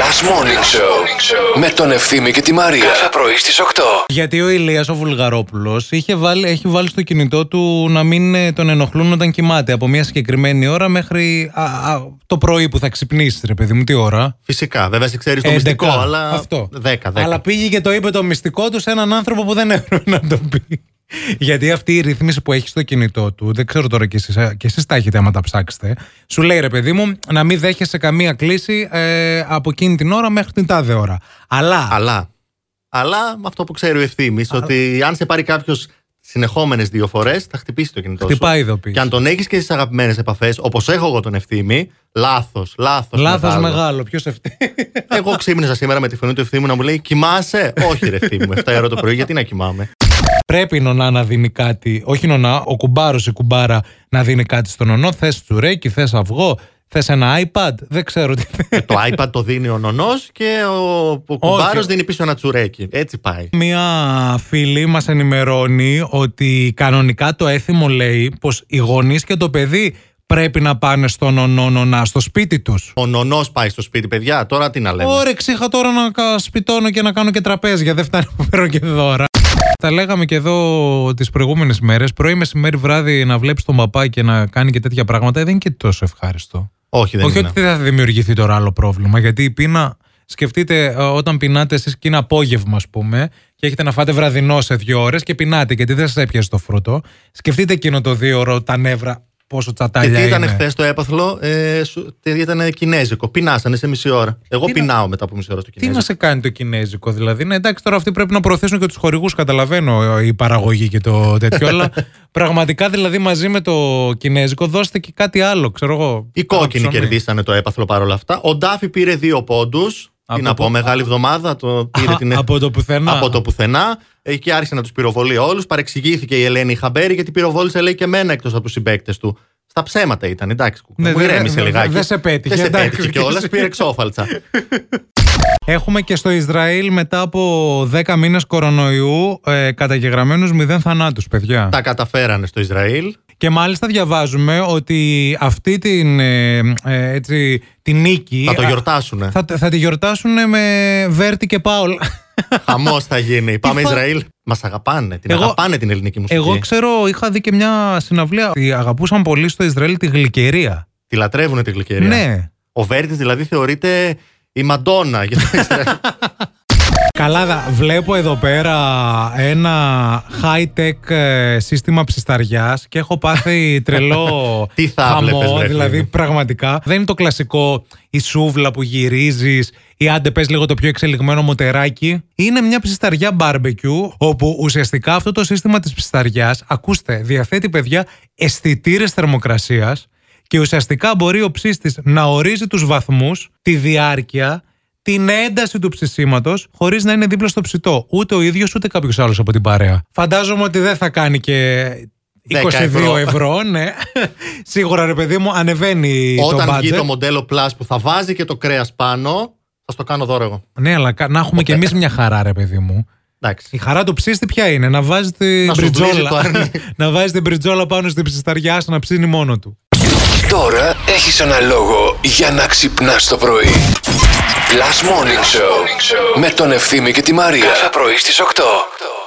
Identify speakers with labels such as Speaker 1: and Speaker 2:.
Speaker 1: Last Morning Show με τον Ευθύμη και τη Μαρία. Κάθε πρωί στις 8.
Speaker 2: Γιατί ο Ηλίας ο Βουλγαρόπουλος βάλει, έχει βάλει στο κινητό του να μην ε, τον ενοχλούν όταν κοιμάται από μια συγκεκριμένη ώρα μέχρι α, α, το πρωί που θα ξυπνήσεις, ρε παιδί μου, τι ώρα.
Speaker 3: Φυσικά, βέβαια δεν ξέρεις το
Speaker 2: 11,
Speaker 3: μυστικό, αλλά.
Speaker 2: Αυτό.
Speaker 3: 10, 10.
Speaker 2: Αλλά πήγε και το είπε το μυστικό του σε έναν άνθρωπο που δεν έπρεπε να το πει. Γιατί αυτή η ρύθμιση που έχεις στο κινητό του, δεν ξέρω τώρα κι εσείς, ε, κι εσείς τα έχετε άμα τα ψάξετε, σου λέει ρε παιδί μου να μην δέχεσαι καμία κλίση ε, από εκείνη την ώρα μέχρι την τάδε ώρα. Αλλά,
Speaker 3: Αλλά. Αλλά με αυτό που ξέρει ο ευθύνη, ότι αν σε πάρει κάποιος συνεχόμενες δύο φορές, θα χτυπήσει το κινητό σου.
Speaker 2: χτυπάει ειδοποίηση.
Speaker 3: Και αν τον έχεις και στις αγαπημένες επαφές, όπως έχω εγώ τον ευθύνη, λάθος, λάθος.
Speaker 2: Λάθος μεγάλο, ποιος ευθύνη.
Speaker 3: Εγώ ξύπνησα σήμερα με τη φωνή του ευθύνη να μου λέει Κοιμάσαι. Όχι, ρε ευθύνη μου, 7 η ώρα το πρωί, γιατί να κοιμάμαι.
Speaker 2: Πρέπει η νονά να δίνει κάτι. Όχι η νονά, ο κουμπάρος, η κουμπάρα να δίνει κάτι στον νονό. Θες τσουρέκι, θες αυγό, θες ένα iPad. Δεν ξέρω τι θε.
Speaker 3: το iPad το δίνει ο νονός και ο, ο κουμπάρος
Speaker 2: Όχι.
Speaker 3: δίνει πίσω ένα τσουρέκι. Έτσι πάει.
Speaker 2: Μία φίλη μας ενημερώνει ότι κανονικά το έθιμο λέει πως οι γονείς και το παιδί πρέπει να πάνε στον νονό νονά, στο σπίτι τους.
Speaker 3: Ο νονός πάει στο σπίτι, παιδιά, τώρα τι να λέμε.
Speaker 2: Όρεξη είχα τώρα να κα- σπιτώνω και να κάνω και τραπέζια. Δεν φτάνει που παίρνω και δώρα. Τα λέγαμε και εδώ τις προηγούμενες μέρες. Πρωί, μεσημέρι, βράδυ να βλέπεις τον παπά και να κάνει και τέτοια πράγματα ε, δεν είναι και τόσο ευχάριστο.
Speaker 3: Όχι, δεν
Speaker 2: Όχι
Speaker 3: είναι.
Speaker 2: ότι δεν θα δημιουργηθεί τώρα άλλο πρόβλημα, γιατί η πείνα. Σκεφτείτε ε, όταν πεινάτε εσείς και είναι απόγευμα, ας πούμε, και έχετε να φάτε βραδινό σε δύο ώρες και πεινάτε γιατί δεν σας έπιασε το φρούτο. Σκεφτείτε εκείνο το δύο ώρο, τα νεύρα, πόσο
Speaker 3: Και
Speaker 2: τσατάλια
Speaker 3: τι ήταν
Speaker 2: είναι.
Speaker 3: χθες το έπαθλο, ε, ήταν κινέζικο. Πεινάσανε σε μισή ώρα. Εγώ
Speaker 2: Τι να-
Speaker 3: πεινάω μετά από μισή ώρα στο
Speaker 2: Τι
Speaker 3: κινέζικο.
Speaker 2: να σε κάνει το κινέζικο, δηλαδή. Ναι, εντάξει, τώρα αυτοί πρέπει να προωθήσουν και τους χορηγούς, καταλαβαίνω ε, η παραγωγή και το τέτοιο. αλλά πραγματικά δηλαδή μαζί με το κινέζικο δώστε και κάτι άλλο, ξέρω εγώ.
Speaker 3: Οι
Speaker 2: Κάνα
Speaker 3: κόκκινοι
Speaker 2: ψωμί.
Speaker 3: κερδίσανε το έπαθλο παρόλα αυτά. Ο Ντάφι πήρε δύο πόντους.
Speaker 2: Από
Speaker 3: Τι να
Speaker 2: πού-
Speaker 3: πω, μεγάλη εβδομάδα. Το πήρε
Speaker 2: Α,
Speaker 3: την...
Speaker 2: από το πουθενά.
Speaker 3: από το πουθενά. Ε, Και άρχισε να τους πυροβολεί όλους. Παρεξηγήθηκε η Ελένη Χαμπέρη γιατί πυροβόλησε λέει και εμένα εκτός από τους συμπαίκτες του. Στα ψέματα ήταν, εντάξει. κουκού,
Speaker 2: Ναι,
Speaker 3: μου
Speaker 2: δεν-
Speaker 3: ηρέμησε
Speaker 2: δεν-
Speaker 3: λιγάκι.
Speaker 2: δεν σε πέτυχε,
Speaker 3: Δεν σε
Speaker 2: εντάξει.
Speaker 3: πέτυχε κιόλας, πήρε ξόφαλτσα.
Speaker 2: Έχουμε και στο Ισραήλ μετά από 10 μήνες κορονοϊού ε, καταγεγραμμένους μηδέν θανάτους, παιδιά.
Speaker 3: Τα καταφέρανε στο Ισραήλ.
Speaker 2: Και μάλιστα διαβάζουμε ότι αυτή την, ε, ε, έτσι, την νίκη
Speaker 3: Θα το
Speaker 2: Ε, α,
Speaker 3: γιορτάσουνε.
Speaker 2: θα, θα τη γιορτάσουν με Βέρτη και Πάολ.
Speaker 3: Χαμός θα γίνει. Πάμε
Speaker 2: φα-
Speaker 3: Ισραήλ. Μας αγαπάνε. Την
Speaker 2: Εγώ-
Speaker 3: αγαπάνε την ελληνική μουσική.
Speaker 2: Εγώ ξέρω, είχα δει και μια συναυλία ότι αγαπούσαν πολύ στο Ισραήλ τη γλυκερία.
Speaker 3: Τη λατρεύουν τη γλυκερία.
Speaker 2: Ναι.
Speaker 3: Ο Βέρτης δηλαδή θεωρείται η Μαντόνα για το Ισραήλ.
Speaker 2: Καλά, δα- βλέπω εδώ πέρα ένα high-tech ε, σύστημα ψισταριάς και έχω πάθει τρελό
Speaker 3: Τι θα βλέπες,
Speaker 2: χαμό,
Speaker 3: βρε,
Speaker 2: δηλαδή
Speaker 3: φίλε.
Speaker 2: πραγματικά. Δεν είναι το κλασικό η σούβλα που γυρίζεις ή άντε πες λίγο το πιο εξελιγμένο μοτεράκι. Είναι μια ψισταριά barbecue όπου ουσιαστικά αυτό το σύστημα της ψισταριάς, ακούστε, διαθέτει παιδιά αισθητήρες θερμοκρασίας και ουσιαστικά μπορεί ο ψίστης να ορίζει τους βαθμούς, τη διάρκεια, την ένταση του ψησίματος χωρίς να είναι δίπλα στο ψητό. Ούτε ο ίδιος ούτε κάποιος άλλος από την παρέα. Φαντάζομαι ότι δεν θα κάνει και 22
Speaker 3: 10
Speaker 2: ευρώ.
Speaker 3: ευρώ.
Speaker 2: ναι. Σίγουρα ρε παιδί μου, ανεβαίνει το
Speaker 3: Όταν βγει
Speaker 2: budget.
Speaker 3: το μοντέλο Plus που θα βάζει και το κρέας πάνω, θα στο κάνω δώρο εγώ.
Speaker 2: Ναι, αλλά κα- να έχουμε κι εμείς μια χαρά, ρε παιδί μου. Η
Speaker 3: Εντάξει.
Speaker 2: χαρά του ψήστη ποια είναι, να βάζει την
Speaker 3: Να σου βλύζει το
Speaker 2: μπριτζόλα.
Speaker 3: αρνί.
Speaker 2: να βάζει την μπριτζόλα πάνω στην ψισταριά, σου να ψήνει μόνο του.
Speaker 1: Τώρα έχεις ένα λόγο για να ξυπνάς το πρωί. Last Morning Show με τον Ευθύμη και τη Μαρία. Κάθε πρωί στις 8.